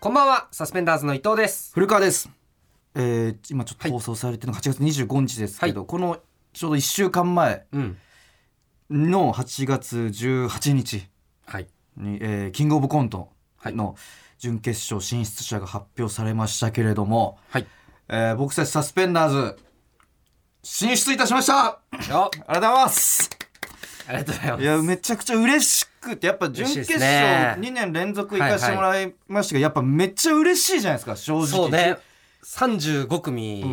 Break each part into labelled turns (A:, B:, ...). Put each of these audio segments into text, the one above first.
A: こんばんは、サスペンダーズの伊藤です。
B: 古川です、えー、今ちょっと放送されてるのが8月25日ですけど、このちょうど1週間前
A: うん。
B: の8月18日
A: はい。
B: に、えーキングオブコント
A: はい
B: の準決勝進出者が発表されましたけれども、
A: はい。
B: えー僕たちサスペンダーズ進出いたしまし
A: あ
B: たありがとうございます
A: ありがとうございます。
B: いやめちゃくちゃ嬉しくてやっぱ準
A: 嬉しいです
B: 決
A: ね
B: 勝2年連続行かせてもらいましたけど、やっぱめっちゃ嬉しいじゃないですか正直
A: そうね。35組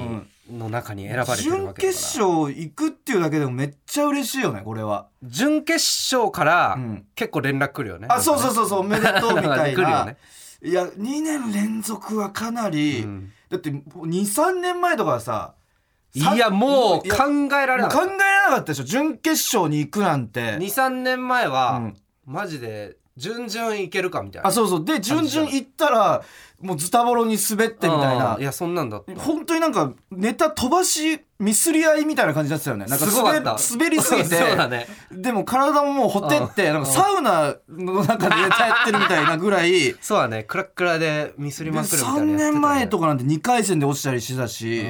A: の中に選ばれてるわ
B: 準
A: けだ
B: 決
A: から。
B: 勝行くっていうだけでもめっちゃ嬉しいよねこれは
A: 準決勝から
B: うん
A: 結構連絡来るよね。
B: あそうそう
A: う。
B: そうそうおめで とうみたい
A: 来る
B: な、
A: よね
B: いや2年連続はかなり、
A: うん
B: だって23年前とかはさ
A: いや、もう
B: いや
A: 考えられ
B: も
A: な
B: う
A: い
B: 考。えられなかったでしょ準決勝に行くなんて
A: 2、3年前
B: う
A: は
B: ん、
A: マジで、順々いけるかみたいな。
B: あそうそうで順々行ったらもうズタボロに滑ってみたいな
A: うんいや、そんなんだった。
B: 本当になんかネタ飛ばしミスり合いみたいな感じだったよねなんか
A: すごかった。
B: 滑り滑りすぎて
A: そうだね。
B: でも体ももうほてってなんかサウナの中でネタやってるみたいなぐらい
A: そうだね。クラックラでミスりまくるみたいなや
B: 3
A: ってたね。
B: 年前とかなんて2回戦で落ちたりしてたし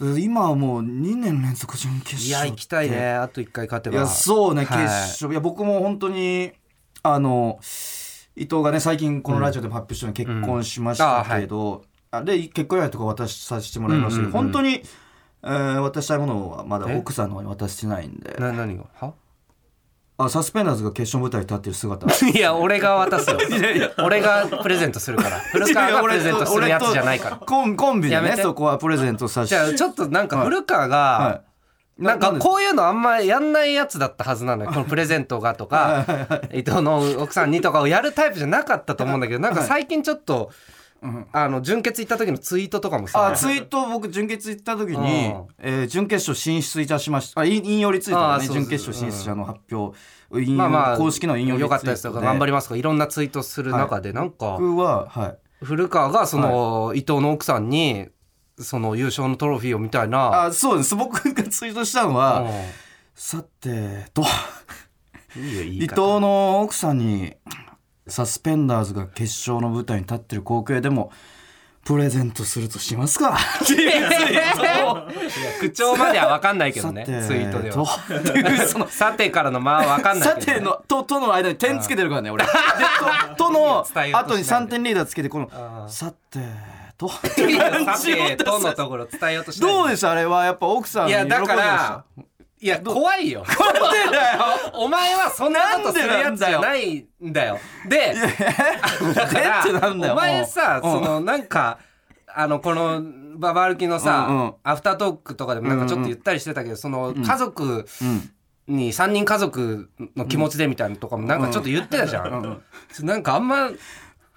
A: うん
B: 今はもう2年連続準決勝
A: いや行きたいねあと1回勝て
B: い
A: ば
B: やそうね
A: はい
B: 決勝、い、や僕も本当にあの伊藤がね最近このラジオでも発表したように結婚しましたけど、あで結婚祝いとか渡しさせてもらいましたけど、
A: うんうんうん
B: 本当に、えー渡したいものはまだ
A: え
B: 奥さんの方に渡してないんで
A: な何が は
B: あサスペンダーズが決勝舞台に立ってる姿
A: いや俺が渡すよ 俺がプレゼントする から古川がプレゼントするやつじゃないから
B: コンコンビで
A: やめ
B: ね
A: て
B: そこはプレゼントさせ
A: じゃあ
B: て
A: ちょっとなんか
B: はい
A: 古川が
B: はい
A: なんか
B: で
A: こういうのあんまやんないやつだったはずなの よこのプレゼントがとか伊藤の奥さんにとかをやるタイプじゃなかったと思うんだけどなんか最近ちょっとあの純潔行った時のツイートとかもさ
B: あツイート僕準決行った時
A: うん
B: に、えー準決勝進出いたしましたあ引引用リツイート
A: あ
B: で
A: そう
B: ね
A: そう
B: 準決勝進出者の発表、引用
A: まあまあ
B: 公式の引用リツイ
A: よ
B: ートで
A: かったですとか頑張りますとかいろんなツイートする中でなんか
B: 僕ははい
A: 古川がその、伊藤の奥さんにその優勝のトロフィーをみたいな。
B: あそうです僕がツイートしたのは、さてと
A: うんいいよいい
B: 伊藤 の奥さんにサスペンダーズが決勝の舞台に立ってる光景でもプレゼントするとしますか
A: 口調までは分かんないけど
B: さ
A: ね
B: て
A: ツイートで
B: と
A: は。
B: っていうその
A: さてからの間は分かんない
B: さ
A: けど、
B: てのととの間に点つけてるからね俺でととの
A: 伝えようとしない
B: 後に3点リーダーつけてこ
A: あ
B: のさてと
A: いやさてとのところ伝えようとして
B: どうですしたあれはやっぱ奥さん
A: い
B: 喜ん
A: や
B: でま
A: だ
B: し
A: から
B: た
A: いや怖い よ
B: なんでだよ
A: お前はそんなことするやつじゃないんだよ。で、だから
B: でってなんだよ
A: お前さ、
B: うん
A: そのなんか、あの、この、ババ歩きのさ、
B: うんうん
A: アフタートークとかでもなんかちょっと言ったりしてたけど、その家族に、3人家族の気持ちでみたいなのとかもなんかちょっと言ってたじゃん。ちょなんかあんま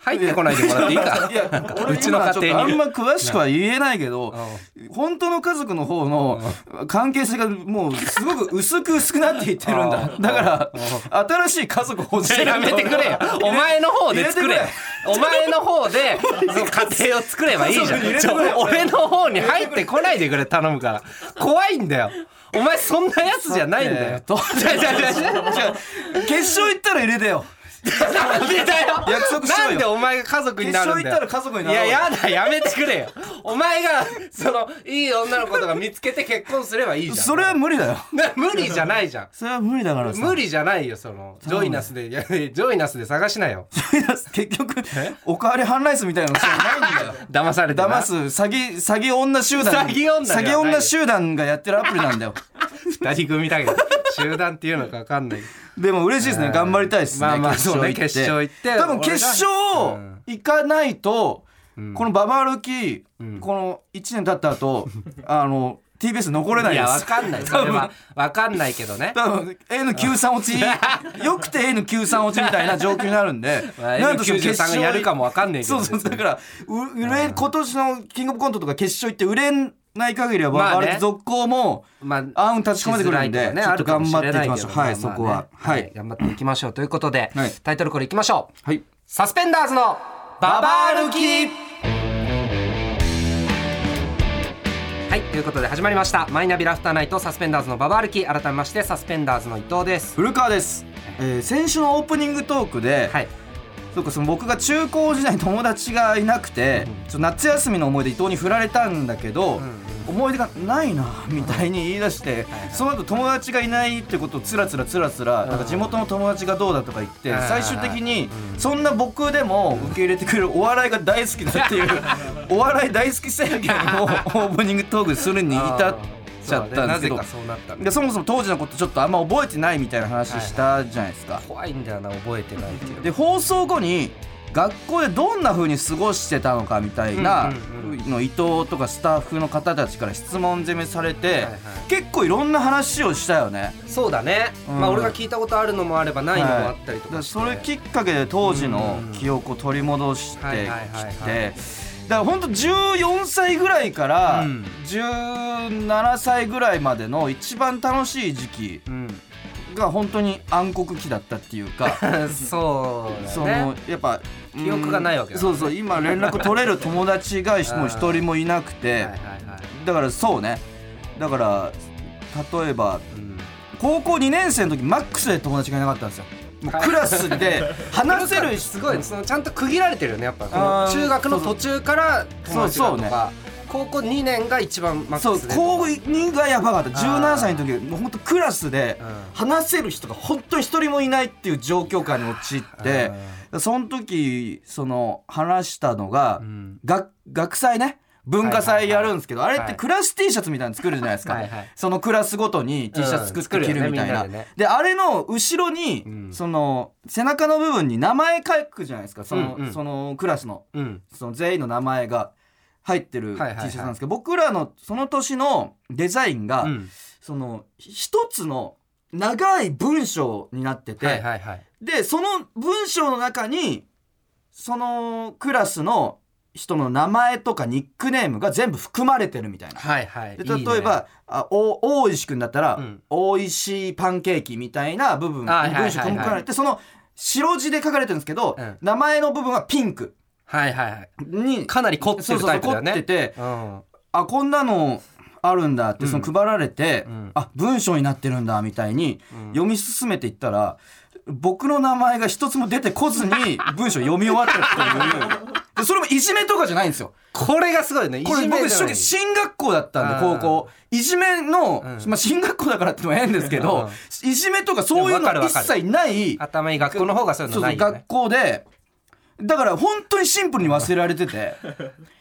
A: 入ってこないでもらっていいか。
B: いや
A: なんか
B: 俺
A: うちの
B: 今
A: 家
B: ちょっと
A: 庭
B: あん
A: に。
B: ま詳しくは言えないけど本当の家族の方の関係性がもうすごく薄く薄くなっていってるんだだから新しい家族欲しい
A: やめてくれよ。お前の方で作れよ
B: 入れて。
A: お前の方で、その家庭を作ればいいじゃん
B: そう入。れ
A: ち
B: て
A: ょ
B: くれ
A: 俺の方に入ってこないでくれ、頼むから。怖いんだよ。お前そんなやつじゃないんだよ。
B: と
A: じゃじゃじゃじゃ。
B: 決勝行ったら入れてよ
A: なんでだよ。
B: 約束しようよ
A: なんでお前が家族になるんだよ。
B: 決勝行ったら家族になろう
A: い
B: よ
A: や、やだ、やめてくれよ。お前が、その、いい女の子とか見つけて結婚すればいいじゃん。
B: それは無理だよ
A: な無理じゃないじゃん。
B: それは無理だからさ
A: 無理じゃないよ、その、ジョイナスで、いやジョイナスで探しなよ。
B: 結局おかわりハンライスみたいなのそうないんだよ
A: 騙されてな
B: 騙す詐欺詐欺女集
A: 詐
B: 団
A: 欺女ではない
B: 詐欺女集団がやってるアプリな んだよ
A: 二人組だけど集団っていうのか分かんない
B: でも嬉しいですね頑張りたいですね
A: まあまあそうね決勝行って
B: 多分決勝
A: 俺が
B: 行かないとこのババ歩きこの1年経った 後あの TBS 残れない
A: い
B: で
A: や
B: す
A: 分かんないそれは分かんないけどね
B: 多分 N93 落ちよくて N93 落ちみたいな状況になるんで
A: まあ
B: なんとその決
A: N93
B: 勝
A: がやるかも分かんないけど
B: そうそうだからう売れ今年のキングオブコントとか決勝行って売れない限りは
A: まあね
B: ババ歩き続行も
A: まあ
B: 暗雲立ち込めてくるん
A: し
B: で
A: づらい
B: ちょっと
A: とか
B: 頑
A: ね
B: 張っていきましょう
A: あ
B: はい
A: るか
B: そ
A: も
B: こ
A: れないけどまあ
B: は
A: まあ
B: は
A: ね
B: い
A: 頑張っていきましょうということで
B: はい
A: タイトルコールいきましょう
B: はい
A: サスペンダーズのババ歩きはいということで始まりましたマイナビラフターナイトサスペンダーズのババ歩き改めましてサスペンダーズの伊藤です
B: 古川ですえー先週のオープニングトークで
A: はい
B: そうかその僕が中高時代に友達がいなくて、ちょ夏休みの思い出伊藤に振られたんだけど、思い出がないなみたいに言い出して、その後友達がいないってことをつらつらつらつら、なんか地元の友達がどうだとか言って、
A: うん
B: 最終的にそんな僕でも受け入れてくれるお笑いが大好きだっていう お笑い大好き宣言をオ ープニングトークするに至っちゃったんで
A: な
B: すけ
A: ぜ
B: ど
A: か。そうなったん
B: で
A: だ
B: そもそも当時のことちょっとあんま覚えてないみたいな話したじゃないですか、
A: 怖いんだよな覚えてないけど
B: で放送後に学校でどんな風に過ごしてたのかみたいな
A: うん
B: の伊藤とかスタッフの方たちから質問攻めされて
A: はい
B: 結構いろんな話をしたよね
A: そうだね、
B: うん
A: まあ俺が聞いたことあるのもあればないのもあったりと
B: は
A: か
B: い
A: して、
B: だからそれきっかけで当時の記憶を取り戻して
A: うんはい
B: き
A: はいはいはい
B: てだからほんと14歳ぐらいから
A: うん
B: 17歳ぐらいまでの一番楽しい時期
A: うん
B: が本当に暗黒期だったっていうか
A: そう
B: そ
A: だ
B: の
A: ね
B: やっぱ
A: 記憶がないわけだ
B: うん
A: か
B: そ
A: らね
B: うそう今連絡取れる友達が
A: ん
B: もう一人もいなくて
A: はいはいはい
B: だからそうねだから例えば
A: うん
B: 高校2年生の時マックスで友達がいなかったんですよもうクラス で話せる
A: すごいそのちゃんと区切られてるよねやっぱこ
B: あ
A: の
B: ー
A: 中学の途中から友達が
B: そうそう
A: と
B: ね
A: か高校2年が一番マッ
B: そ
A: ク
B: う
A: スで
B: 高2がやばかった
A: あー
B: 17歳の時もう本当クラスで
A: うん
B: 話せる人が本当に一人もいないっていう状況下に陥ってその時その話したのが、
A: うん
B: 学学祭ね文化祭やるんですけど、
A: いはい
B: あれってクラス T シャツみたいなの作るじゃないですか
A: はいはい
B: そのクラスごとに T シャツ作って着るみた
A: うん作
B: いな,、
A: るよねみんなでね
B: であれの後ろに、
A: うん
B: その背中の部分に名前書くじゃないですかその,、
A: うんうん
B: そのクラスの
A: うん
B: その全員の名前が入ってる T シ
A: はいはいはい
B: ャツなんですけど、僕らのその年のデザインが、
A: うん
B: その一つの長い文章になってて、
A: はいはいはい
B: でその文章の中にそのクラスの人の名前とかニックネームが全部含まれてるみたいな。
A: はいはい
B: で
A: いいね
B: 例えばあお大石君だったら
A: うん
B: 「大石パンケーキ」みたいな部分文
A: あはいはいはいはい
B: 章が含まれてその白字で書かれてるんですけど、
A: うん
B: 名前の部分はピンク
A: はいはいはい
B: に
A: かなり凝って
B: そう
A: る
B: そ
A: タ
B: う
A: イプだ
B: 凝
A: よ
B: って
A: ね
B: て
A: うん
B: あこんなのあるんだってその配られて、
A: うん
B: あ文章になってるんだみたいに
A: ん
B: 読み進めていったら、僕の名前が一つも出てこ ずに文章読み終わったっていう。でそれもいじめとかじゃないんですよ。
A: これがすごいねい
B: これ
A: じめ
B: 僕
A: じゃない
B: 初期進学校だったんで
A: あ
B: 高
A: ー
B: 校いじめの、
A: うん
B: まあ進学校だからってのも変ですけど、いじめとかそういう
A: いやわかる
B: の
A: わ
B: 一
A: かる
B: 切ない
A: 頭いい学校の方がそういう
B: そ
A: のな
B: うそ
A: いうよね
B: 学校でだから本当にシンプルに忘れられてて。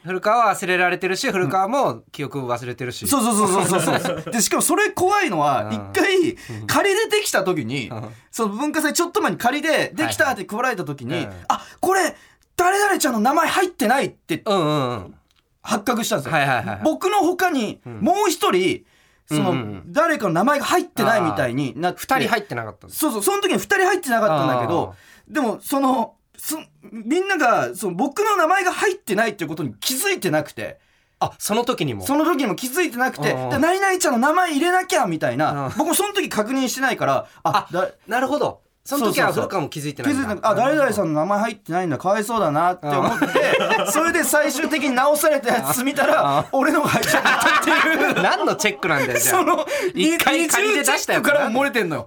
A: 古川は忘れられてるし古川も記憶を忘れてるし
B: そうそうそうそうそう そう。でしかもそれ怖いのは
A: うん
B: 一回仮でできた時に
A: ん
B: その文化祭ちょっと前に仮でできたって配られた時
A: はい
B: に
A: はいうん
B: あこれ誰々ちゃんの名前入ってないって
A: うんうんうん
B: 発覚したんですよ。
A: はいはいはい
B: 僕の他にもう一人そ
A: うんうんう
B: の誰かの名前が入ってないみたいになって
A: 二人入ってなかったんです
B: そうそうその時に二人入ってなかったんだけどでもそのそみんながその僕の名前が入ってないっていうことに気づいてなくて。
A: あその時にも
B: その時にも気づいてなくて、
A: うんうん
B: で何々ちゃんの名前入れなきゃみたい
A: うん
B: な、僕もその時確認してないから、あ、だ
A: なるほどその時は
B: そうそうそう
A: 古川も気づいて
B: 気
A: ないん
B: づ
A: だ
B: いてなくあ、誰々さんの名前入ってないんだ、かわいそうだなって思って、 それで最終的に直されたやつ見たら、俺のが入っちゃったっていう。
A: 何のチェックなんだよじゃ
B: そ
A: あ
B: の
A: 一回
B: 二
A: 借り
B: 重
A: て
B: チ
A: 出
B: ェ
A: した
B: ッ
A: や
B: ク
A: つ
B: からも漏れて んのよ。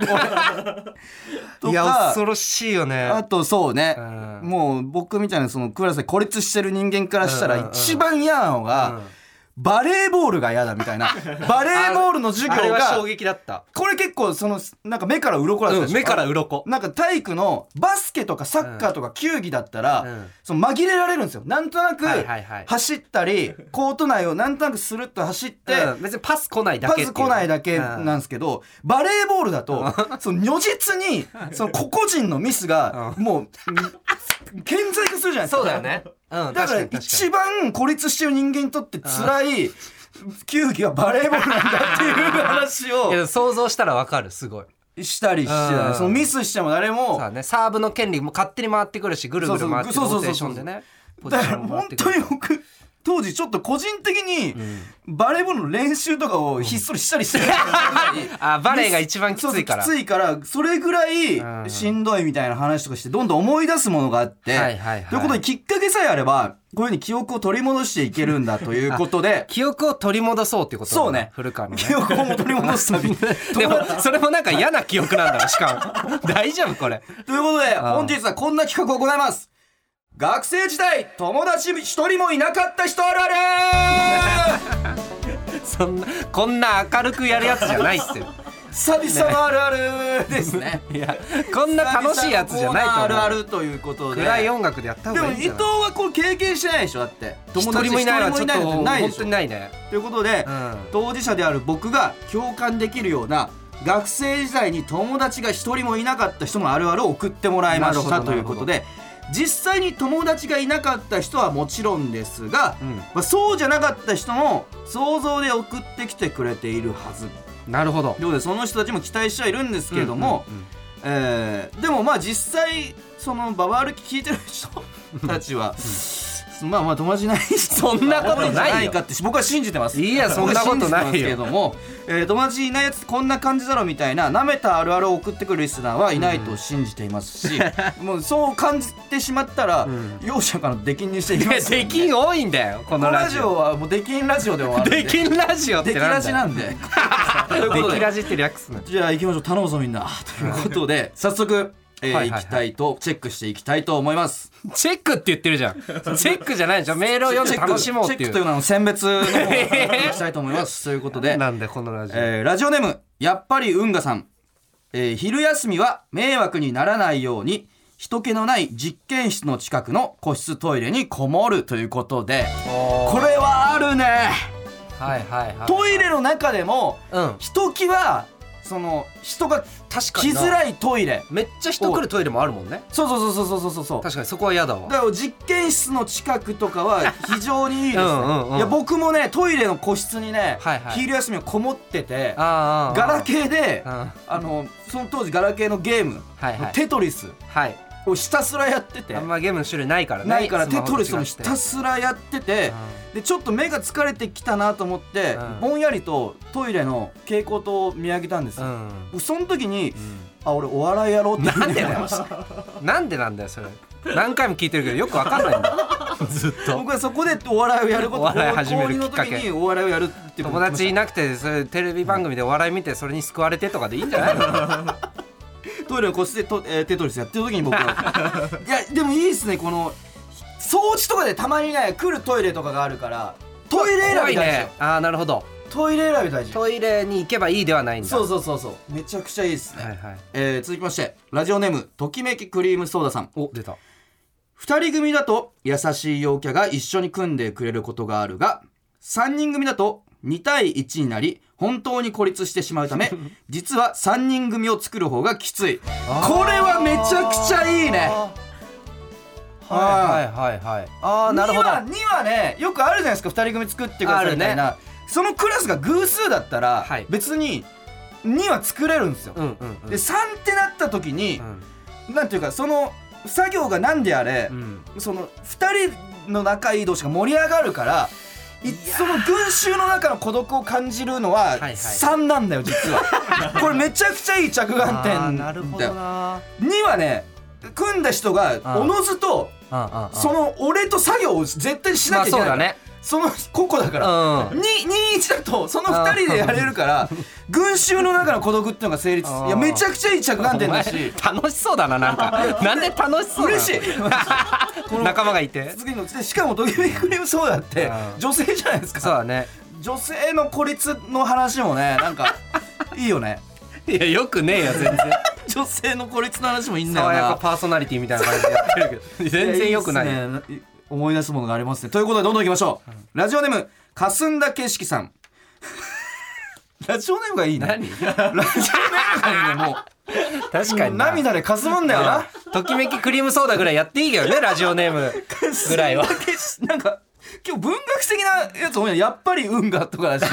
B: と
A: いや
B: か
A: 恐ろしいよね
B: あとそうね、
A: うん
B: もう僕みたいなそのクラスで孤立してる人間からした
A: うんうん
B: ら
A: うん
B: 一番嫌なのが、バレーボールが嫌だみたいなバレーボールの授
A: あれ
B: 業
A: は衝
B: が
A: 撃だった
B: これ結構そのなんか目から鱗だったでしょ、
A: 目から鱗
B: なんか体育のバスケとかサッカーとか球技だったら、
A: うん
B: その紛れられるんですよなんとなく
A: はいはいはい
B: 走っ たりコート内をなんとなくスルッと走って、
A: うん別にパス来ないだ
B: ま
A: け
B: ず来ないだけなんですけど、バレーボールだと、その如 実に、その個々人のミスが、もう、うん顕在化するじゃないですか。
A: そうだよ。ねうん
B: だ
A: 確
B: から
A: かに確かに
B: 一番孤立してる人間にとって辛い球技はバレーボールなんだっていう 話
A: い
B: を
A: や想像したらわかるすごい
B: したりしてた
A: うん
B: ね、そのミスしても誰も
A: そう、だねサーブの権利も勝手に回ってくるしぐるぐる回って
B: そ
A: ロ
B: うそう
A: ーテーションでねポジ
B: だ
A: シ
B: から
A: ョンも回っ
B: 本
A: てく
B: 当
A: る
B: に僕、当時ちょっと個人的に
A: ん
B: バレーボールの練習とかをひっそりしたりしてる
A: あ バレーが一番きついから
B: そうそうきついからそれぐら
A: う
B: い
A: ん
B: しんどいみたいな話とかしてどんどん思い出すものがあって、
A: はいはいはい
B: ということできっかけさえあればこういうふうに記憶を取り戻していけるんだというこ とで
A: 記憶を取り戻そうっていうことだな
B: そうね
A: 古川のね
B: 記憶を取り戻すたびに
A: でもそれもなんか 嫌な記憶なんだろしかも大丈夫これ
B: ということで本日はこんな企画を行います学生時代友達一人もいなかった人あるある
A: そんなこんな明るくやるやつじゃないっすよ
B: 久々のあるあるですね
A: いやこんな 楽しいやつじゃないと思う
B: あるあるということで
A: 暗い音楽でやった方
B: でも
A: がい
B: 伊
A: いん
B: 藤
A: じゃない
B: はこう経験してないでしょだって
A: 一人もいないのはちょっと
B: 友達一人もいないのってないで
A: 本
B: し
A: 当
B: ょ
A: にないね
B: ということで、
A: うん
B: 当事者である僕が共感できるような学生時代に友達が一人もいなかった人のあるあるを送ってもらいまし
A: な
B: た
A: るほど
B: ということで実際に友達がいなかった人はもちろんですが、
A: うん
B: まあ、そうじゃなかった人も想像で送ってきてくれているはず
A: なるほど
B: ということでその人たちも期待してはいるんですけれども、
A: うんうんうん
B: えーでもまあ実際そのババ歩き聞いてる人たちは、まあまあ友達いないそんなことないかって僕は信じてます
A: いやそんなことないよ
B: 僕は信じてますけれども、えー友達いないやつこんな感じだろみたいななめたあるあるを送ってくるリスナーはいないと信じていますし、 もうそう感じてしまったら、
A: ん
B: 容赦から出禁にしていき
A: い
B: ま
A: や
B: す
A: できん多いんだよこ
B: この
A: の
B: ラ
A: ラ
B: ジ
A: ジ
B: オ
A: オ
B: はもう出禁ラジオで終わる
A: できんラジオっ
B: 出
A: て
B: 禁
A: な
B: ラ
A: んだ
B: ジ
A: よ
B: なんでということ
A: でき
B: で
A: ラジって略すな
B: じゃあ行きましょう頼むぞみんなということで早速、えー
A: はいはいいはい
B: きたいとチェックしていきたいと思います
A: チェックって言ってるじゃんチェックじゃないでしょメールを読んで楽しもうっ
B: チェック
A: て
B: チェ
A: い
B: ックという
A: う
B: のは選別の方をやっていきたいと思いま すということで、
A: なんでこのラジオ
B: えーラジオネームやっぱり運河さん、えー昼休みは迷惑にならないように人気のない実験室の近くの個室トイレにこもるということでこ
A: こ
B: れはあるね
A: はいはいはい
B: トイレの中でも
A: うん
B: ひときわその人が
A: 確か
B: 来
A: にな
B: づらいトイレ
A: めっちゃ人来るトイレもあるもんね
B: そうそうそうそうそうそうそう
A: 確かにそこは嫌だわ
B: だから実験室の近くとか は非常にいいですね
A: うんうんうん
B: いや僕もねトイレの個室にね、
A: はいはい
B: 昼休みをこもってて
A: あ
B: ガラケーで、
A: うん
B: あのその当時ガラケーのゲーム、
A: はいはい
B: テトリス
A: はい
B: をひたすらやってて
A: あんまゲームの種類ないからね
B: ないから
A: スマ
B: テ
A: ホ
B: ト
A: と違
B: リ
A: って
B: スもひたすらやってて、でちょっと目が疲れてきたなと思って、
A: うん
B: ぼんやりとトイレの蛍光灯を見上げたんです
A: う
B: よ、
A: ん
B: その時に、
A: う
B: あ俺お笑いやろうって
A: んなんでだ
B: ね
A: よなんでなんだよそれ何回も聞いてるけどよくわかんないんだよ ずっと
B: 僕はそこでお笑いをやること
A: お笑い始めるきっ
B: 高
A: か
B: 校
A: け
B: の時にお笑いをやるってこと
A: 友達いなくてそれテレビ番組でお笑い見てそれに救われてとかでいいんじゃない の
B: トイレの個室でと、えーテトリスやってる時に 僕はいやでもいいですねこの掃除とかでたまにね来るトイレとかがあるからトイレ選
A: 怖
B: び大
A: い
B: 事だよ、
A: ねああなるほど
B: トイレ選び大事
A: トイレに行けばいいではないんだ
B: そうそうそうそうめちゃくちゃいいですね、
A: はいはい
B: えー続きましてラジオネームときめきクリームソーダさん
A: お出た
B: 2人組だと優しい陽キャが一緒に組んでくれることがあるが3人組だと2対1になり本当に孤立してしまう ため実は3人組を作る方がきついこ
A: あー
B: れはめちゃくちゃいいね
A: はいはいはいはいああなるほど
B: 2は ,2 はねよくあるじゃないですか2人組作ってくださいみたいな、そのクラスが偶数だったら、
A: はい
B: 別に2は作れるんですよ、
A: うんうんうん
B: で3ってなった時に
A: う、ん
B: なんていうかその作業が何であれ、
A: うん
B: その2人の仲いい同士が盛り上がるからいその群衆の中の孤独を感じるのはい
A: はい
B: 3なんだよ 実はこれめちゃくちゃいい着眼
A: あー
B: 点
A: な
B: だ
A: るほ
B: よ
A: どな
B: 2はね組んだ人がおのずと
A: あ
B: その俺と作業を絶対しなきゃいけない、
A: まあそうだね
B: その個々だから、
A: うん
B: 221だとその2人でやれるから群衆の中の孤独っていうのが成立するいやめちゃくちゃいい着眼点だ
A: お前
B: し
A: 楽しそうだななん かなんで楽しそうなの
B: 嬉しい
A: 仲間がいて
B: 次のでしかもドキュメンクリームソーダって
A: うん
B: 女性じゃないです
A: そう
B: か
A: だね
B: 女性の孤立の話もねなん かいいよね
A: いやよくねえよ全然
B: 女性の孤立の話もいいんだよ
A: 爽やか
B: な
A: パーソナリティみたいな感じでやってるけど全然よくない
B: やいいっすね思い出すものがありますねということでどんどんいきましょう、ラジオネームかすんだ景色さんラジオネームがいいねラジ
A: 何
B: オネームがいいねも
A: 確か
B: う
A: にな
B: 涙でかすむんだよな
A: ときめきクリームソーダぐらいやっていいけどねラジオネー ムぐらいは
B: なんか今日文学的なやつ多いなやっぱり運河とかだ し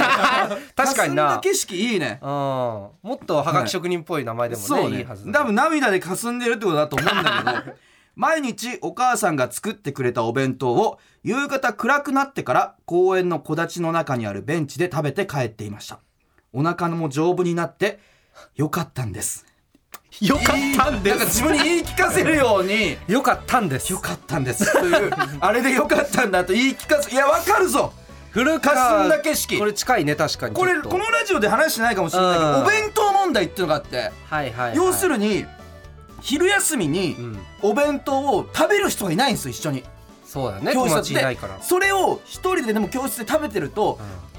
A: 確かにな
B: 霞んだ景色いいね
A: うんもっとはがき職人っぽい名前でもね、
B: そう
A: い、い
B: ね
A: はず
B: 多
A: だ
B: 分涙でかすんでるってことだと思うんだ けど毎日お母さんが作ってくれたお弁当を夕方暗くなってから公園の木立の中にあるベンチで食べて帰っていましたお腹も丈夫になってよかったんです
A: よかったん
B: なんか自分に言い聞かせるように
A: よかったんです
B: よかったんですと いうあれでよかったんだと言い聞かせいやわかるぞ
A: 古川
B: 霞んだ景色
A: これ近いね確かに
B: こ
A: ち
B: れ
A: ょっと
B: このラジオで話してないかもしれないけ
A: う
B: ど
A: ん
B: お弁当問題っていうのがあって
A: はいはいはい、
B: 要するに昼休みに
A: うん
B: お弁当を食べる人がいないんですよ一緒に
A: そうだね
B: 教
A: 友
B: 室
A: 達い
B: で
A: ないから
B: それを一人ででも教室で食べてると
A: うん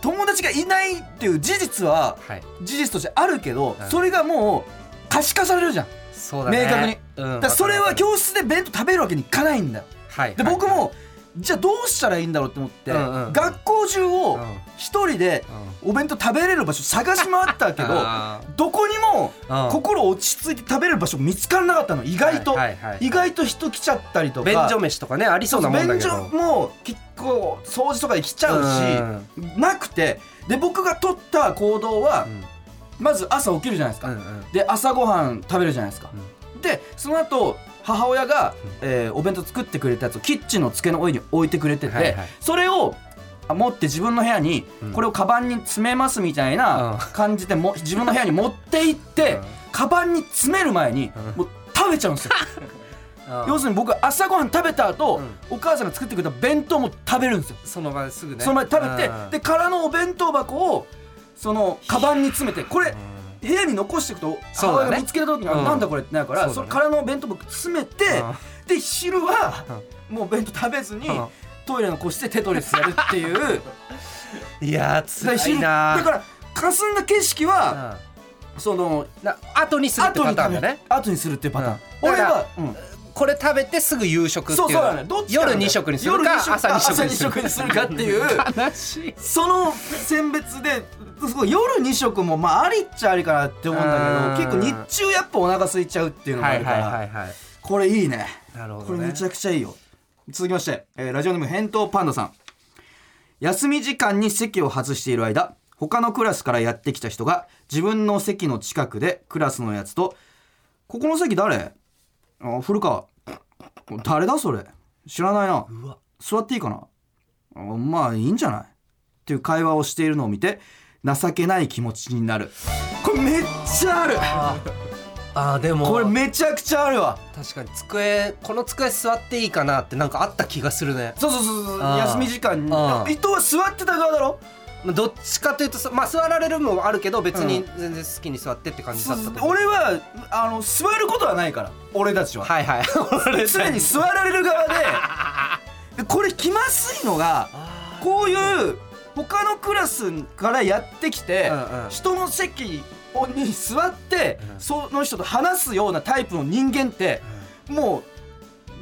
B: 友達がいないっていう事実は
A: はい
B: 事実としてあるけど
A: うん
B: それがもう可視化されるじゃん
A: そうだね
B: 明確に
A: うん
B: だからそれ
A: わ
B: は
A: かるわ
B: 教室で弁当食べるわけにいかないんだよ
A: かるはい
B: で
A: はい
B: 僕もじゃあどうしたらいいんだろうって思って
A: うんうんうん
B: 学校中を
A: うんうん
B: 一人でお弁当食べれる場所探し回ったけど
A: あ
B: どこにも
A: ーうん
B: 心落ち着いて食べれる場所見つからなかったの意外と
A: はいはいはい
B: 意外と人来ちゃったりとか
A: 便所飯とかねありそうなもんだけど
B: 便所も結構掃除とかで来ちゃうしなくてで僕が取った行動は
A: うん
B: まず朝起きるじゃないです
A: う
B: か
A: んうん
B: で朝ごはん食べるじゃないですかでその後母親が
A: うん、
B: えーお弁当作ってくれたやつをキッチンの机の上に置いてくれてて、
A: はいはい
B: それをあ持って自分の部屋に
A: うん
B: これをカバンに詰めますみたいな
A: う
B: 感じでも自分の部屋に持って行って、
A: うん
B: カバンに詰める前に
A: うん
B: もう食べちゃうんですよ
A: うん
B: 要するに僕朝ごはん食べた後、
A: う
B: お母さんが作ってくれた弁当も食べるんですよ
A: その場ですぐね
B: その前に食べて
A: うん
B: で空のお弁当箱をそのカバンに詰めてこれ
A: う
B: 部屋に残していくと
A: そう
B: 母
A: だね
B: 親が見つけた時に、あ
A: うん
B: なんだこれってなるから
A: そう
B: そ
A: だ
B: の
A: ね
B: 空のお弁当箱詰めてで昼はもう弁当食べずに
A: うん
B: トイレの個室でテトリスやるっていう だか
A: んいやーつ
B: ら
A: い
B: 昼
A: な
B: だから霞んだ景色は
A: ら
B: その
A: 後にするって
B: 後
A: パ
B: に
A: ターン
B: 食
A: だ
B: べ
A: ね
B: 後にするっていうパターン
A: うん
B: 俺は
A: だ
B: うん
A: これ食べてすぐ夕食ってい
B: そううそうだねどっちかな
A: 夜
B: んだよ
A: 2食にする
B: 夜
A: か
B: 二食
A: 朝2食にする
B: 朝二食にするかって いう
A: 悲しい
B: その選別ですごい夜2食もまあありっちゃありかなって思うんだけど
A: うん
B: 結構日中やっぱお腹空いちゃうっていうのも
A: は
B: あ
A: い
B: るか
A: はい
B: ら、
A: はいはい
B: これいいね
A: なるほど
B: これめち
A: ゃ
B: ゃくちゃいいよ続きまして、えーラジオネーム返答パンダさん休み時間に席を外している間他のクラスからやってきた人が自分の席の近くでクラスのやつと「ここの席誰あ古川誰だそれ知らないな
A: うわ
B: 座っていいかなあまあいいんじゃない?」っていう会話をしているのを見て情けない気持ちになるこれめっちゃある
A: あーでも
B: これめちゃくちゃあるわ
A: 確かに机この机座っていいかなってなんかあった気がするね、
B: そうそうそうそう
A: あー
B: 休み時間に
A: あー
B: 伊藤は座ってた側だろ
A: まあ、どっちかというとそまあ座られるもあるけど別
B: う
A: に
B: ん
A: 全然好きに座ってって感じだったと思う
B: 俺はあの座ることはないから俺た ちは、
A: はい はい俺
B: 常に座られる側ででこれ気まずいのが
A: あ
B: こういう他のクラスからやってきて、
A: うんうん
B: 人の席をに座って、
A: うん
B: その人と話すようなタイプの人間っても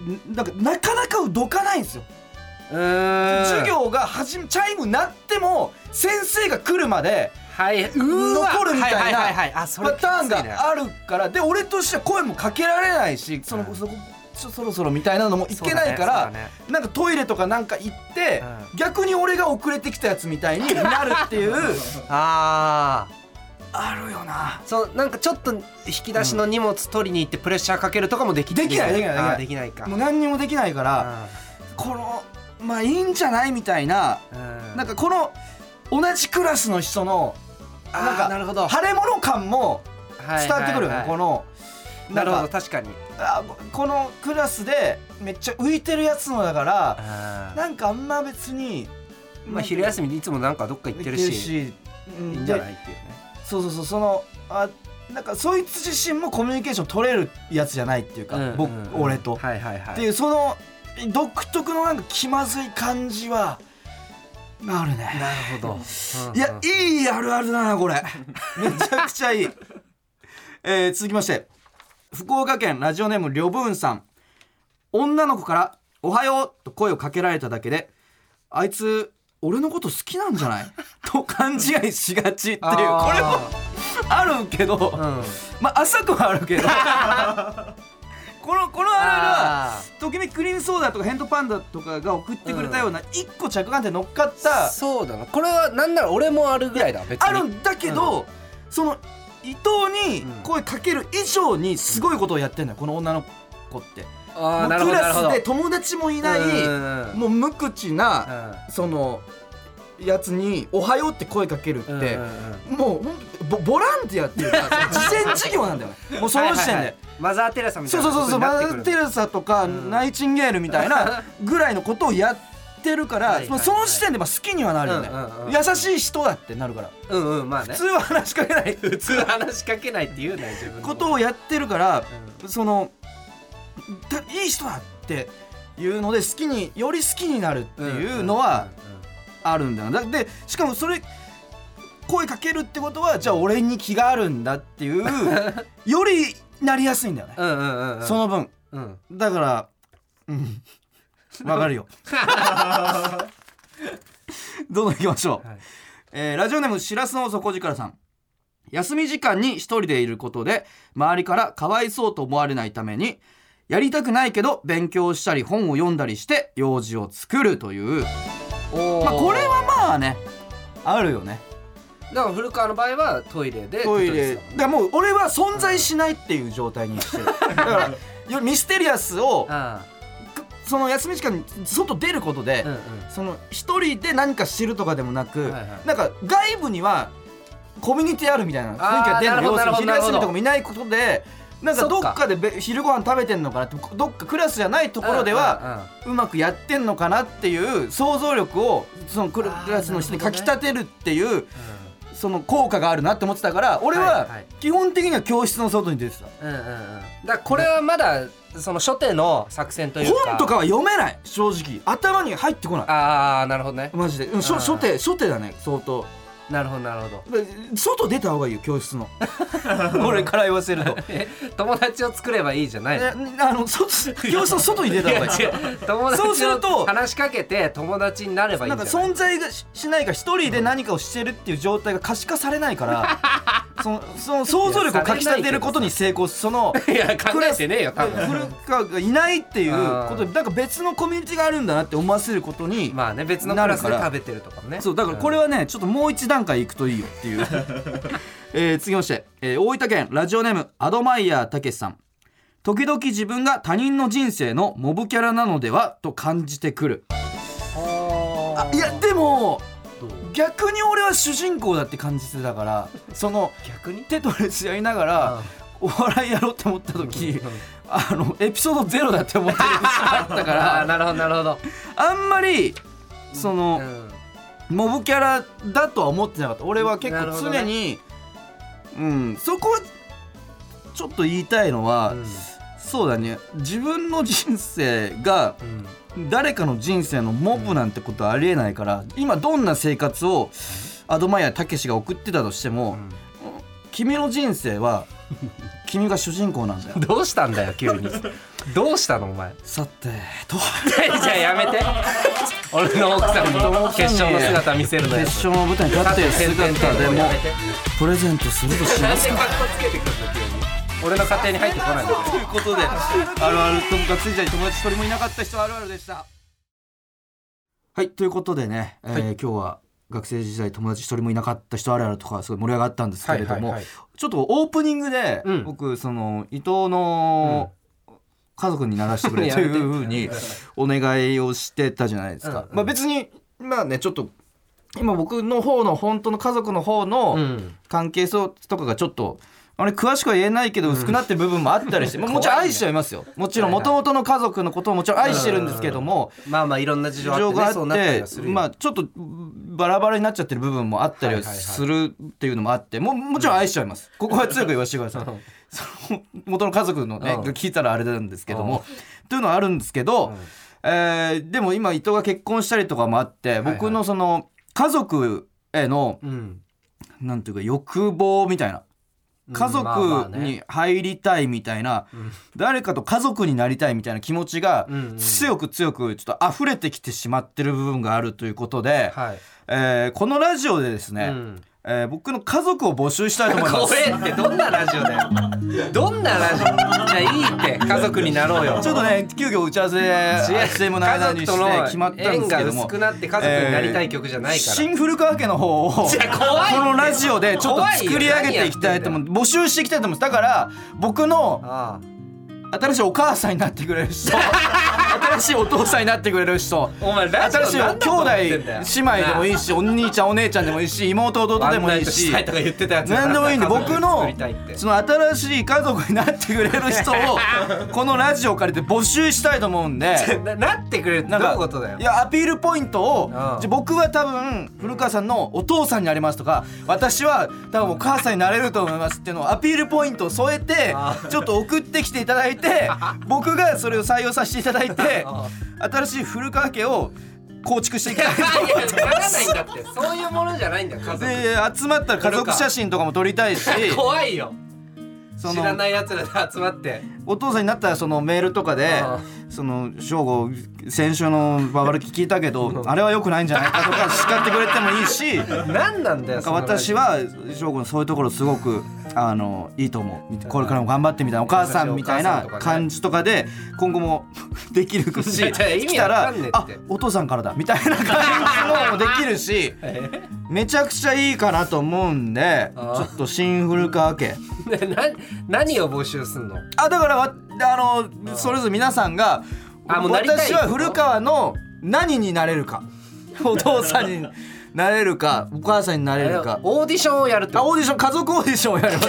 B: うんなんかなかなかどかないんですよ
A: ーうーん
B: 授業が始めチャイム鳴っても先生が来るまで
A: はいうわ
B: 残るみたいな
A: はいはいはいはいあそれ
B: パターン
A: きついね
B: があるからで俺としては声もかけられないしその
A: うん
B: そこちょそろそろみたいなのもいけないか
A: そ
B: ら、
A: うだね
B: なんかトイレとかなんか行って、
A: う
B: 逆に俺が遅れてきたやつみたいになるって いう
A: そうだねあ
B: あるよな
A: あそうなんかちょっと引き出しの荷物取りに行ってプレッシャーかけるとかもでき
B: できないできない
A: あーできないか
B: もう何にもできないから、このまあいいんじゃないみたいな、
A: な
B: なんかこの同じクラスの人のなんか
A: なるほど
B: 腫れ物感も伝わっ
A: はい
B: てくるよね、
A: はいはい
B: この
A: なるほ
B: ん
A: ど
B: か
A: 確かに
B: あこのクラスでめっちゃ浮いてるやつのだから、なんかあんま別に
A: まあ昼休みにいつもなんかどっか行ってるしい
B: うん
A: いんじゃないっていうね
B: でそうそうそうそのあなんかそいつ自身もコミュニケーション取れるやつじゃないっていうか、
A: うん
B: 僕、
A: うん
B: 俺と、
A: はいはいはい
B: っていうその独特のなんか気まずい感じはあるね
A: なる ほど
B: いやいいあるあるだな これめちゃくちゃいい、えー続きまして福岡県ラジオネームりょぶんさん女の子から「おはよう」と声をかけられただけであいつ俺のこと好きなんじゃないと勘違いしがちっていうこれもあるけど、
A: も
B: まあ浅くはある けどこのこのあるあるは
A: あ
B: ときめきクリームソーダとかヘントパンダとかが送ってくれたような一個着眼点乗っかった
A: らそうだなこれはなんなら俺もあるぐらいだ別に
B: あるんだけど、その伊藤に声かける以上にすごいことをやってんだよこの女の子って。
A: あ
B: も
A: ー
B: う
A: なる
B: ク
A: ほどな
B: ラ
A: るほ
B: ス
A: ど
B: で友達もいない
A: うん
B: もう無口
A: う
B: なんそのやつに「おはよう」って声かける
A: うん
B: って
A: うんうん
B: もうほんとボボランティアっていう か事前授業なんだよねもうその時点
A: はいはいは
B: で
A: い。マザー・テレサみた
B: そ
A: いうな
B: そうそうそうマ
A: こと
B: ザ
A: になっ
B: ー・
A: てく
B: テ
A: る
B: レサとか
A: うん
B: ナイチンゲールみたいなぐらいのことをやっってるか
A: はい
B: ら
A: はい
B: まあその時点でまあ好きにはなるよね
A: うんうんうん
B: 優しい人だってなるから
A: うんうんまあね
B: 普通は話しかけない
A: 普通話しかけないって言うなよ自分の
B: ことをやってるからそのたいい人だっていうので好きにより好きになるって
A: うん
B: いうのはあるんだなだでしかもそれ声かけるってことはじゃあ俺に気があるんだっていう よりなりやすいんだよね
A: うんうんうんうん
B: その分
A: うん
B: だからうんわかるよ どんどんいきましょ う、
A: はい
B: えーラジオネームしらすの底力さん休み時間に一人でいることで周りからかわいそうと思われないためにやりたくないけど勉強したり本を読んだりして用事を作るという
A: おー
B: まあこれはまあねあるよね
A: だから古川の場合はトイレで
B: トイ
A: って
B: レ
A: こ
B: だからもう俺は存在しないっていう状態にしてるだから よミステリアス
A: とですよ
B: を
A: あ
B: その休み時間に外出ることで、
A: あうんうん
B: その一人で何か知るとかでもなく、
A: はいはい
B: なんか外部にはコミュニティあるみたいな雰囲気が出る
A: あーな
B: の
A: るほど
B: 要するに昼
A: なるほ
B: 休
A: ど
B: みとかもいないことでなんか
A: そ
B: ど
A: っ
B: っ
A: か
B: かでべ昼ご飯食べてんのかなってどっかクラスじゃないところではうまくやってんのかなっていう想像力をそのクラクラスの人にかきたてるっていう
A: うんうんうん
B: その効果があるなって思ってたから俺
A: はいは
B: はい基本的には教室の外に出てた
A: うんうんうんだからこれはまだその初手の作戦というか
B: 本とかは読めない正直頭に入ってこない
A: ああなるほどね
B: マジでうん初
A: あー
B: 初手初手だね相当
A: なるほどなるほど
B: 外出た方がいいよ教室の これから言わせると
A: え友達を作ればいいじゃないの
B: えあの外教室の外に出た方がいい
A: 友達
B: そうする
A: を
B: と
A: 話しかけて友達になればいい
B: なんん
A: じ
B: か
A: ゃない
B: 存在がししないが一人で何かをしてるっていう状態が可視化されないから そのその想像力をかきたてることに成功すその
A: いや考えてねえよ多分
B: 古川がいないっていうこと
A: う
B: でなんか別のコミュニティがあるんだなって思わせることに、
A: まあね別のクラスで食べてるとかもね
B: そうだからこれ
A: は
B: はねちょっともう一段階いくといいよって いう、えー、続きまして、えー大分県ラジオネームアドマイヤーたけしさん時々自分が他人の人生のモブキャラなのではと感じてくるあいやでも
A: どう
B: 逆に俺は主人公だって感じてたからその
A: 逆に
B: テトレスやりながらお笑いやろうって思った時あのエピソードゼロだって思 ってる時があったか
A: ああ
B: ら
A: なるほどなるほど
B: あんまりその、
A: うん
B: モブキャラだとは思ってなかった俺は結
A: なるほ
B: 構
A: ど
B: 常に、うんそこはちょっと言いたいの
A: う
B: は、
A: ん
B: そうだね自分の人生が
A: うん
B: 誰かの人生のモブなんてことはありえないから、今どんな生活をアドマイヤたけしが送ってたとしても、君の人生 は君が主人公なんだよ
A: うんどうしたんだよ急にどうしたのお前
B: さてと
A: じゃあやめ て俺の奥さんに決勝の姿見せるの
B: 決
A: よ
B: 勝の舞台に立っている姿でもプレゼントするとし
A: な
B: ま
A: ん
B: す
A: で
B: か
A: 格好つけてくるの急に俺の家庭に入ってこないんだ
B: ということで、あるある友達時代に友達一人もいなかった人あるあるでした。はい、ということでね、えー今日は学生時代友達一人もいなかった人あるあるとかすごい盛り上がったんですけれども、
A: はいはいはい
B: ちょっとオープニングで、
A: うん
B: 僕その伊藤の、家族にならしてくれ
A: や
B: と
A: め
B: い
A: て
B: うふうにお願いをしてたじゃないですか。
A: うんうん
B: まあ別にまあねちょっと今僕の方の本当の家族の方の、
A: うん
B: 関係性とかがちょっとあれ詳しくは言えないけど薄くなってる部分もあった りして、まあもちろん愛してはいますよもちろん
A: はい
B: も
A: はい
B: ともとの家族のことももちろん愛してるんですけども
A: まあまあいろんな事
B: 事
A: 情あ
B: 情
A: って
B: が
A: ね
B: あ
A: そ
B: っ
A: うなったり
B: て
A: はするよ
B: まあちょっとバラバラになっちゃってる部分もあったり
A: は
B: は
A: いはいはい
B: するっていうのもあってももちろん愛してはいますここは強く言わせてくださいその元の家族のね
A: うん
B: が聞いたらあれなんですけど
A: うん
B: もというのはあるんですけどえーでも今伊藤が結婚したりとかもあっ
A: は
B: て
A: い
B: 僕のその家族への
A: うん
B: なんていうか欲望みたいな家
A: まあまあね
B: 族に入りたいみたいな、
A: うん
B: 誰かと家族になりたいみたいな気持ちが
A: うんうん
B: 強く強くちょっと溢れてきてしまってる部分があるということで、
A: はい
B: えーこのラジオでですね、
A: うん
B: えー僕の家族を募集したいと思いま
A: 怖
B: す。
A: えってどんなラジオだよどんなラジオじゃあいいって家族になろうよ
B: ちょっとね急遽打ち合わせ CM の間にして決まったんですけど
A: 縁が
B: も
A: 薄くなって家族になりたい曲じゃないから、
B: 新古川家の方をこ
A: や怖いって
B: のラジオでちょっと作り上げていきたいと思う募集していきたいと思いますだから僕の
A: ああ
B: 新しいお母さんになってくれる人新新しいお父さんになってくれる人
A: お前ラジオ
B: 新しい
A: なんだと思ってんだよ
B: 兄弟姉妹でもいいしお兄ちゃんお姉ちゃんでもいいし妹弟でもい
A: ワンナイ
B: いし
A: トしたいとか言ってたやつ
B: 何でもいいんで僕の
A: 作りたいって
B: その新しい家族になってくれる 人をこのラジオを借りて募集したいと思うんで。
A: ななってくれるってど
B: な
A: うんい
B: か
A: うことだよ
B: やアピールポイントを、
A: ん
B: じゃあ僕は多分古川さんのお父さんになりますとか私は多分お母さんになれると思いますっていうのをアピールポイントを添えて
A: あ
B: ちょっと送ってきていただい て僕がそれを採用させていただいて
A: あ
B: 新しい古川家を構築していきたい
A: いやいやならないんだってそういうものじゃないんだよ家族
B: で集まったら家族写真とかも撮り たいし
A: 怖いよ
B: そ
A: 知ら
B: の
A: ないやつらで集まって
B: お父さんになったらそのメールとかで
A: あ
B: 「その省吾先週のババルキ聞いたけどあれは良くないんじゃないか」とか叱ってくれてもいいし。
A: 何なんだよ
B: なんか私
A: は
B: は翔吾のそういうところすごくあのいいと思うみたいなこれからも頑張ってみたいなお母さんみたいな
A: お母さんとかね
B: 感じとかで今後も できるし
A: いやいや意味
B: 来た
A: わ
B: ら
A: かんねえっ
B: あ
A: て
B: お父さんからだみたいな感じのもでき るしめちゃくちゃいいかなと思うんでち
A: あ
B: ょっと新古川家
A: ねな何を募集すんの
B: あだからわあのそれぞれ皆さんが
A: あもうなりたい
B: 私は古川の何になれるかお父さんになれるかお母さんになれるか
A: オーディションをやるって
B: あ
A: こ
B: オーディション家族オーディションをや ります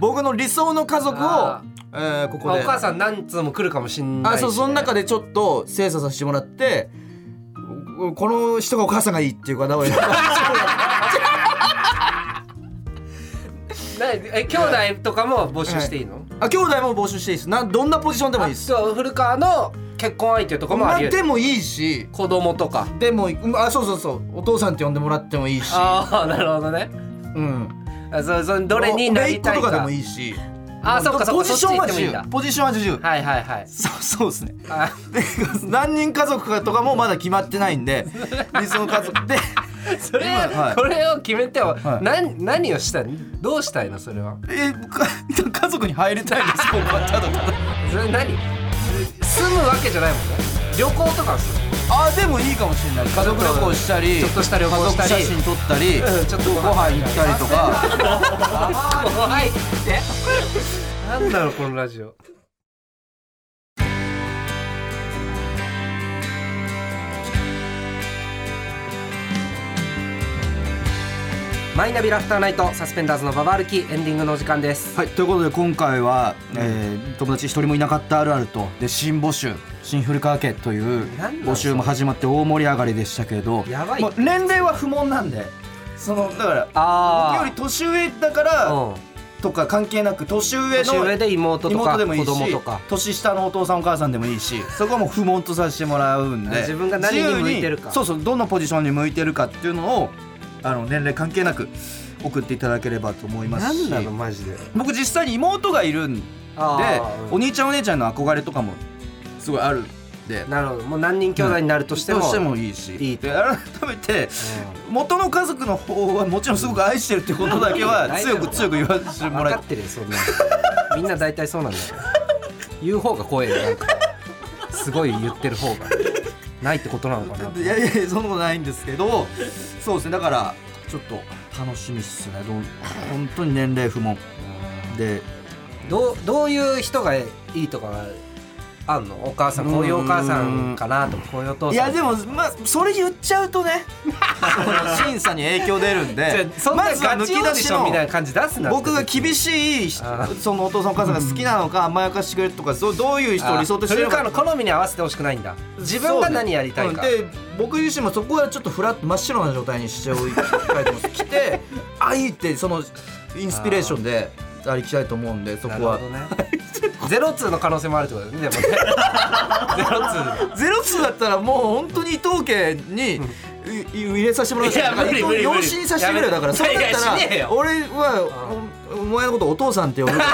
B: 僕の理想の家族を
A: あ、
B: えー、ことこ
A: まあ
B: で
A: お母さん何通も来るかもしんないし
B: あそうその中でちょっと精査させてもらってここの人がお母さんがいいっていう方 を選ぶ
A: なえ兄弟とかも募集していいの
B: あ兄弟も募集していいですなんどんなポジションでもいいです
A: そう古川の結婚相手とかもあり
B: ま
A: 得
B: あで
A: る
B: もいいし
A: 子供とか
B: でもうんあそうそうそうお父さんって呼んでもらってもいいし
A: ああなるほどね
B: うん
A: あそそどれになりたい
B: 姪っ子
A: か
B: とかでもいいし
A: あそっかそっ
B: ポ
A: か
B: ジション
A: そっち行っ
B: は自
A: てもいいんだ
B: 由ポジションは自由
A: はいはいはい
B: そうそうですね
A: あ
B: で 何人家族かとかもまだ決まってないんで理想の家族で
A: それ、
B: はい
A: これを決めては、
B: はい
A: なん何をしたいどうしたいのそれは
B: えか家族に入りたい です僕はただただ
A: それ何住むわけじゃないもんね旅行とかはする
B: あでもいいかもしれない家族旅行したり
A: ちょっとした旅行したり
B: 家族写真撮ったり、
A: うんちょっと
B: ご飯行ったりとか
A: 怖いって 何だろうこのラジオマイナビラフターナイトサスペンダーズのババ歩きエンディングのお時間です
B: はいということで今回は、えー友達一人もいなかったあるあるとで新募集新古川家という
A: なんだ
B: 募集も始まって大盛り上がりでしたけど
A: やばい
B: もう年齢は不問なんでそのだから僕より年上だから、
A: うん
B: とか関係なく年上
A: 年
B: の
A: 上で妹とか
B: 妹でもい
A: 子
B: い
A: 供
B: し
A: とか
B: 年下のお父さんお母さんでもいいしそこはもう不問とさせてもらうんで
A: 自分が何に向いてるか
B: 自由にそうそうどのポジションに向いてるかっていうのをあの年齢関係なく送っていただければと思いますし
A: マジでで
B: 僕実際に妹がいるんでお兄ちゃんお姉ちゃんの憧れとかもすごいあるんで
A: なるほどもう何人兄弟になるとしても,、
B: どうしてもいいし
A: いい
B: で改めて元の家族の方はもちろんすごく愛してるってことだけ は強く強く言わせて
A: うん
B: も
A: 分
B: らい
A: かってるよそんな のみんな大体そうなんだよ言う方が怖いよなんかすごい言ってる方がないってことなのかない
B: やいやいやそんなことないんですけどそうですねだからちょっと楽しみっすねどう本当に年齢不問で
A: どうどういう人がいいとかあんのお母さんこういうお母さんかなとかこういうお父さん
B: いやでもまあそれ言っちゃうとね その審査に影響出るん
A: じゃ
B: で
A: あそんな
B: まずは
A: ガ
B: 抜
A: チ
B: き
A: オーディ
B: 出し
A: ションみたい
B: の
A: な感じ出すなって
B: 僕が厳しい人
A: あ
B: そのお父さんお母さんが好きなのか甘やかしてくれるとかそうどういう人を理想としてる
A: 古
B: の
A: 川
B: か
A: の好みに合わせてほしくないんだ自分が何やりたいか、
B: そうねうんで僕自身もそこはちょっとフラット真っ白な状態にしておきたいと思います来 てあいいってそのインスピレーションでありきたいと思うんでそこは
A: なるほどね ゼロツーの可能性もあるってことだよねでもね ゼロツ
B: ゼロ数だったらもう本当に伊藤家 にい入れさせてもらう
A: いや無理無理無理
B: 養子にさせてくれよだから
A: や
B: そ
A: め
B: う
A: て
B: だ
A: いやいや
B: っ
A: しね
B: た
A: え
B: ら
A: よ
B: 俺はおお前のことお父さんって呼ぶ か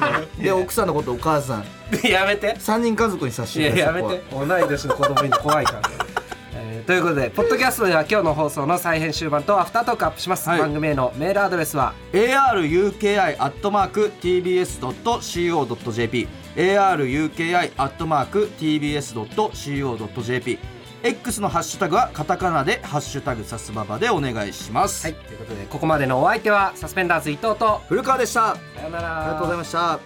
B: らで奥さんのことお母さん
A: ーでやめて
B: 3人家族にさせ
A: い
B: て
A: や
B: くれ
A: やめて同い年の子供に怖い から、えーということでポッドキャストでは今日の放送の再編集版とアフタートークアップします、
B: はい
A: 番組へのメールアドレスは
B: aruki.tbs.co.jp aruki.tbs.co.jp X のハッシュタグはカタカナで「ハッシュタグサスババ」でお願いします、
A: はいということでここまでのお相手はサスペンダーズ伊藤と
B: 古川でしたあ
A: さようなら
B: りがとうございました